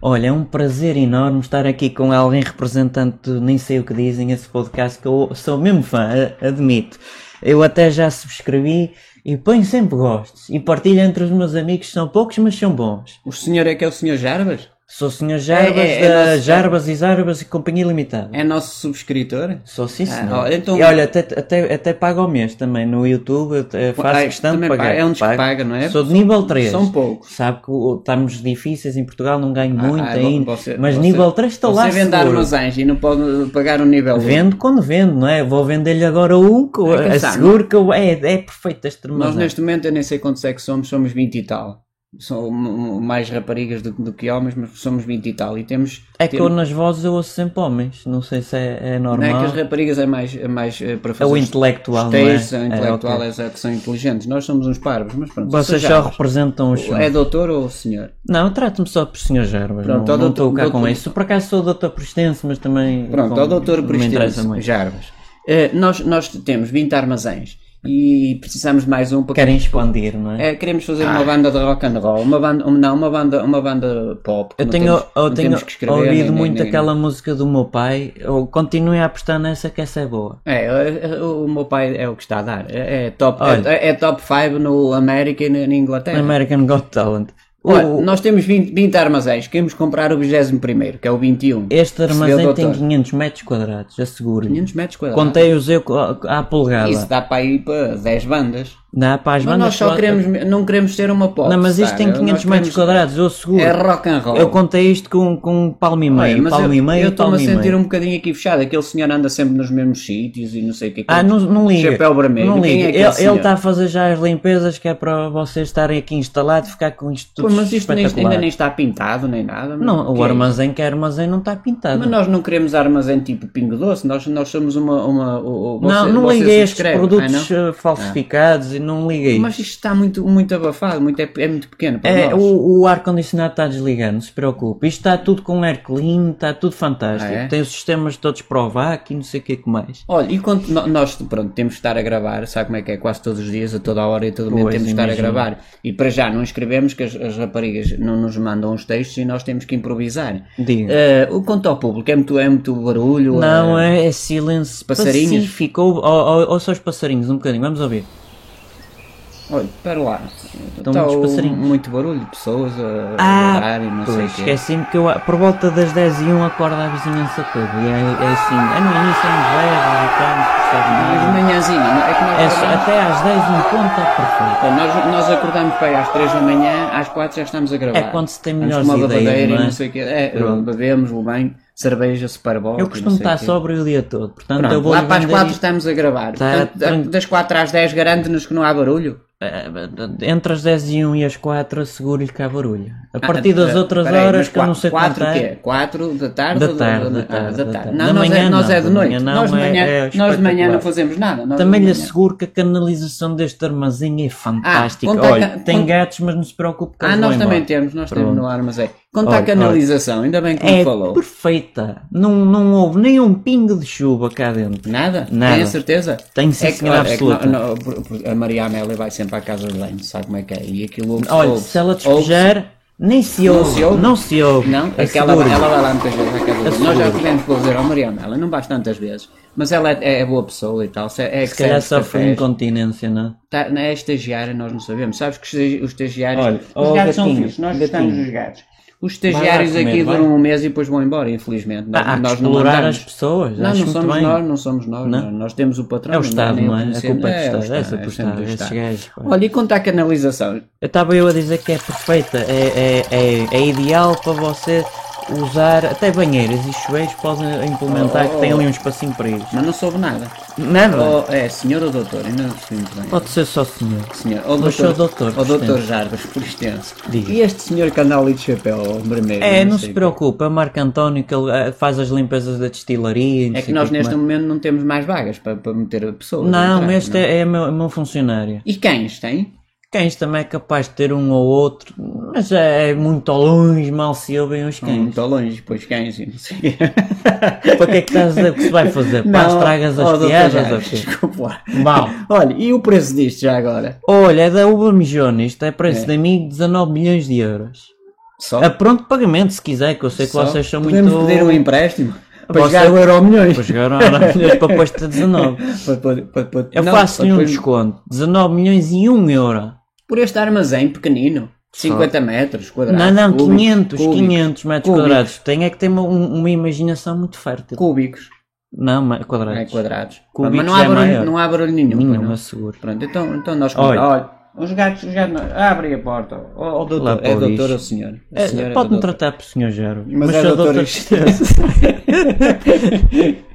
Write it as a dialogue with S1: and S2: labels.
S1: Olha, é um prazer enorme estar aqui com alguém representante do Nem Sei O Que Dizem, esse podcast que eu sou mesmo fã, a- admito. Eu até já subscrevi e ponho sempre gostos e partilho entre os meus amigos, que são poucos, mas são bons.
S2: O senhor é que é o senhor Jarbas?
S1: Sou o Sr. Jarbas,
S2: É, é, é
S1: da
S2: nosso-
S1: Jarbas e Zarbas e Companhia Limitada.
S2: É nosso subscritor?
S1: Sou sim,
S2: Ah,
S1: senhor.
S2: olha, então-
S1: E olha, até, até, até pago ao mês também no YouTube, eu, eh, faço
S2: Ah,
S1: questão de
S2: também
S1: pagar.
S2: paga- é um dos que
S1: Pago.
S2: paga, não é?
S1: Sou de nível 3.
S2: São poucos.
S1: Sabe que o- estamos difíceis em Portugal, não ganho
S2: Ah,
S1: muito
S2: ah,
S1: ainda.
S2: você-
S1: mas
S2: você-
S1: nível 3 estou lá
S2: Você vende
S1: seguro.
S2: armas anjo e não pode pagar um nível um.
S1: Vendo quando vendo, não é? Vou vender-lhe agora um, que eu
S2: Ah, quem sabe?
S1: asseguro que eu- é, é perfeito este
S2: Nós
S1: armazém.
S2: neste momento eu nem sei quantos é que somos, somos 20 e tal. São m- m- mais raparigas do, do que homens, mas somos 20 e tal. E temos.
S1: É que eu
S2: temos-
S1: nas vozes eu ouço sempre homens, não sei se é, é
S2: não é que
S1: normal.
S2: as raparigas é mais, é mais eh, para
S1: É
S2: fazer.
S1: o
S2: os
S1: intelectual, não é?
S2: textos, é o intelectual,
S1: ok.
S2: é, é que são inteligentes. Nós somos uns parvos, mas pronto.
S1: Vocês
S2: seja,
S1: só representam os...
S2: É doutor ou senhor?
S1: Não, trata-me só por Sr. Gerbas.
S2: Pronto,
S1: não, não
S2: ao doutor-
S1: estou cá com
S2: doutor-
S1: isso. Por acaso sou doutor Prestense, mas também.
S2: Pronto,
S1: com-
S2: ao doutor
S1: não me interessa
S2: Pristino
S1: muito.
S2: Jarbas. Eh, nós, nós temos 20 armazéns e precisamos de mais um para
S1: Querem expandir, não é?
S2: É, queremos fazer uma banda de rock and roll, uma banda, um- não, uma banda, uma banda pop. que
S1: eu
S2: não
S1: tenho,
S2: temos-
S1: eu
S2: não
S1: tenho
S2: temos que escrever,
S1: ouvido
S2: nem- nem-
S1: muito
S2: nem-
S1: aquela música do meu pai. Eu continuem a apostar nessa, que essa é boa.
S2: É, é, é, o meu pai é o que está a dar. É, é top,
S1: Olha.
S2: é, é top 5 no América e na, na Inglaterra.
S1: American Got Talent. O-
S2: É. Olha, nós temos 20, 20 armazéns, queremos comprar o 21 que é o 21.
S1: este
S2: Percebeu,
S1: armazém
S2: doutor?
S1: tem 500 metros quadrados, asseguro.
S2: 500 metros quadrados.
S1: Contei-os eu co- à polegada.
S2: Isso dá para ir para 10 bandas.
S1: Dá para as
S2: Mas
S1: bandas
S2: nós só
S1: que-
S2: queremos, não queremos ser uma pop.
S1: Não, mas isto tem 500 metros quadrados, eu asseguro.
S2: É rock and roll.
S1: Eu contei isto com, com um palmo e
S2: Olha,
S1: meio,
S2: mas
S1: palmo
S2: eu-
S1: e meio,
S2: eu estou-me
S1: palmo
S2: a
S1: e meio.
S2: sentir um bocadinho aqui fechado. Aquele senhor anda sempre nos mesmos sítios e não sei o que. é.
S1: Ah, não, não liga.
S2: Chapéu vermelho.
S1: Não
S2: Quem
S1: liga.
S2: é aquele
S1: ele
S2: senhor?
S1: está a fazer já as limpezas que é para vocês estarem aqui instalados e ficar com isto
S2: Pô,
S1: tudo
S2: mas isto nem-
S1: espetacular.
S2: ainda nem está pintado nem nada. mas
S1: Não,
S2: que
S1: o
S2: é
S1: armazém que é armazém não está
S2: isto?
S1: pintado.
S2: Mas nós não queremos armazém tipo Pingo Doce. Nós, nós somos uma. uma, o- o-
S1: não,
S2: você-
S1: não
S2: você
S1: liga a estes
S2: subscreve.
S1: produtos
S2: Ah,
S1: eh, falsificados e não liga
S2: não?
S1: isto.
S2: Mas isto está muito, muito abafado. Muito, é, é muito pequeno para
S1: É,
S2: nós.
S1: o, o ar-condicionado está desligando, não se preocupe. Isto está tudo com air clean, está tudo fantástico.
S2: Ah, é?
S1: Tem os sistemas todos para o vácuo e não sei o que é que mais.
S2: Olha, e quando no- nós, pronto, temos de estar a gravar, sabe como é que é? Quase todos os dias, a toda a hora e a todo momento
S1: Pois,
S2: temos de estar a
S1: imagino.
S2: gravar. E para já não escrevemos, que as, as raparigas não nos mandam os textos e nós temos que improvisar.
S1: Diga.
S2: Eh, o quanto ao público, é muito, é muito barulho?
S1: não,
S2: eh,
S1: é, é silêncio
S2: Passarinhos?
S1: pacífico. Ou, ou, ou só os passarinhos, um bocadinho, vamos ouvir.
S2: Olha, para lá.
S1: é- Estão
S2: Está
S1: muitos
S2: o-
S1: passarinhos.
S2: muito barulho, pessoas a a
S1: Ah,
S2: orar e não sei
S1: pois,
S2: o quê.
S1: esqueci-me que eu, por volta das 10 e 1 acorda a vizinhança toda. E é, é assim, é no início, é inverno, e tal, não se percebe
S2: Mas
S1: nada.
S2: de manhãzinha, não- é que nós,
S1: É só-
S2: acordamos-
S1: até às 10 em ponto está perfeito.
S2: Bom, nós, nós acordamos para aí às 3 da manhã, às 4 já estamos a gravar.
S1: É quando se tem
S2: Vamos
S1: melhores
S2: com uma
S1: ideias,
S2: babadeira
S1: não é?
S2: e não sei o quê. É,
S1: Pronto.
S2: bebemos o bem, cerveja, super bowl,
S1: Eu costumo estar
S2: só
S1: sóbrio o dia todo, portanto eu vou
S2: Lá para as
S1: vender
S2: 4
S1: isto.
S2: estamos a gravar.
S1: Tá,
S2: Portanto, da-
S1: tranquilo.
S2: das 4 às 10 garante-nos que não há barulho.
S1: Eh, Entre as 10 e 1 e as 4 asseguro-lhe que há barulho. A partir das
S2: Ah,
S1: outras
S2: peraí,
S1: horas
S2: mas
S1: que eu não
S2: quatro-
S1: sei é,
S2: quatro
S1: contar.
S2: o quê? 4 da tarde?
S1: Da
S2: ou
S1: tarde, da
S2: ah,
S1: tarde, da tarde.
S2: Não,
S1: Da
S2: nós,
S1: manhã
S2: é, nós
S1: não,
S2: é de
S1: da
S2: noite.
S1: manhã não,
S2: nós, de
S1: é-
S2: manhã,
S1: é
S2: nós de manhã
S1: espetacular.
S2: não fazemos nada. nós de
S1: Também lhe
S2: manhã.
S1: asseguro que a canalização deste armazém é fantástica.
S2: Ah, conta a
S1: Olha,
S2: ca-
S1: tem
S2: conta-
S1: gatos, mas não se preocupe que
S2: Ah,
S1: eles
S2: nós
S1: vão
S2: também
S1: embora.
S2: temos, nós
S1: Pronto.
S2: temos no armazém. Quanto
S1: Olha,
S2: à canalização, ainda bem que
S1: É
S2: me falou.
S1: perfeita. Não, não houve nem um pingo de chuva cá dentro.
S2: Nada?
S1: Nada.
S2: Tenho certeza?
S1: Tenho sim, senhora
S2: olha, é que
S1: absoluta.
S2: no- no- por- por- a Maria Amélia vai sempre à casa de banho, sabe como é que é? E aquilo ouve
S1: Olha, se ela despejar, nem se
S2: Não
S1: ouve.
S2: se ouve?
S1: Não se ouve.
S2: Não, é que ela,
S1: Asseguro.
S2: ela vai lá muitas vezes à casa de banho. Nós já
S1: Asseguro.
S2: tivemos para dizer ao Maria Amélia, não vais tantas vezes, mas ela é, é- é boa pessoa e tal. se- É, é
S1: Se calhar sofre um incontinência, não?
S2: Tá, não é estagiária, nós não sabemos. Sabes que os estagi- os estagiários.
S1: Olha,
S2: os
S1: ó,
S2: gatos são
S1: gatinho,
S2: fixos, nós
S1: gatinho.
S2: gostamos dos gatos. Os
S1: lá
S2: estagiários
S1: comer,
S2: aqui
S1: vai.
S2: duram um mês e depois vão embora, infelizmente. Nós,
S1: Há
S2: nós
S1: que explorar
S2: mandamos.
S1: as pessoas. acho
S2: Não, não
S1: muito
S2: somos
S1: bem.
S2: nós, não somos nós.
S1: Não?
S2: não- Nós temos o patrão.
S1: É o Estado,
S2: nem- nem
S1: não é?
S2: o
S1: A
S2: conhecemos.
S1: culpa é do Estado, essa
S2: é
S1: por
S2: sempre
S1: Estado,
S2: do
S1: esses
S2: Estado.
S1: gajos, pá.
S2: Olha, e quanto à canalização?
S1: Estava eu a dizer que é perfeita, é, é, é, é ideal para você usar, até banheiras e chuveiros podem implementar, que tem ali um espacinho para eles.
S2: Mas não soube nada.
S1: Nada?
S2: Ou é senhor ou doutor? Ainda não percebi muito bem.
S1: Pode ser só senhor.
S2: Senhor, ou
S1: Mas
S2: doutor,
S1: sou doutor,
S2: ou
S1: por
S2: doutor Jarbas, por extenso.
S1: Diga.
S2: E este senhor que anda ali de chapéu vermelho?
S1: É, não
S2: sei
S1: se
S2: o quê.
S1: preocupe, é o Marco António que ele eh, faz as limpezas da destilaria. não
S2: É
S1: sei
S2: que
S1: o
S2: nós
S1: que
S2: neste
S1: mais.
S2: momento não temos mais vagas para, para meter pessoas.
S1: Não,
S2: entrar,
S1: este
S2: não?
S1: é, é meu, meu funcionário.
S2: E cães tem?
S1: Cães também é capaz de ter um ou outro, mas é, é muito ao longe, mal se ouvem os
S2: Não
S1: cães.
S2: estou longe, pois cães e não sei o quê.
S1: para que é que estás a dizer o que se vai fazer? é, Pá, estragas
S2: oh,
S1: as
S2: doutor
S1: piadas
S2: Jarbas,
S1: ou quê?
S2: Desculpe lá.
S1: Mal.
S2: Olha, e o preço disto já agora?
S1: Olha, é da Uber Mijona, isto é preço
S2: É.
S1: de amigo, 19 milhões de euros.
S2: Só.
S1: A pronto pagamento, se quiser, que eu sei que
S2: Só.
S1: vocês são
S2: Podemos
S1: muito.
S2: pedir um empréstimo para
S1: Você-
S2: jogar o Euro milhões.
S1: Para jogar uma hora milhões para posta 19. Eu faço-lhe um desconto. 19 milhões e 1 euro.
S2: Por este armazém pequenino, 50 metros quadrados.
S1: Não, não,
S2: cúbicos,
S1: 500,
S2: cúbicos,
S1: 500 metros
S2: cúbicos.
S1: quadrados. Tem é que ter uma, um- uma imaginação muito fértil.
S2: Cúbicos,
S1: Não, ma-
S2: não é
S1: quadrados.
S2: quadrados.
S1: Cúbicos
S2: Mas não
S1: é
S2: há,
S1: maior.
S2: barulho, não há barulho nenhum. pois
S1: Nenhuma,
S2: não. é?
S1: seguro.
S2: Pronto, então, então nós
S1: Olha.
S2: os gatos, os gatos, não- abre a porta. Ó, ó, doutor,
S1: Lá para
S2: é
S1: o
S2: doutor
S1: lixo.
S2: ou senhor? O
S1: É,
S2: senhor é
S1: Pode-me é
S2: doutor.
S1: tratar por senhor Gero.
S2: Mas é
S1: sou
S2: doutor
S1: doutor
S2: isto.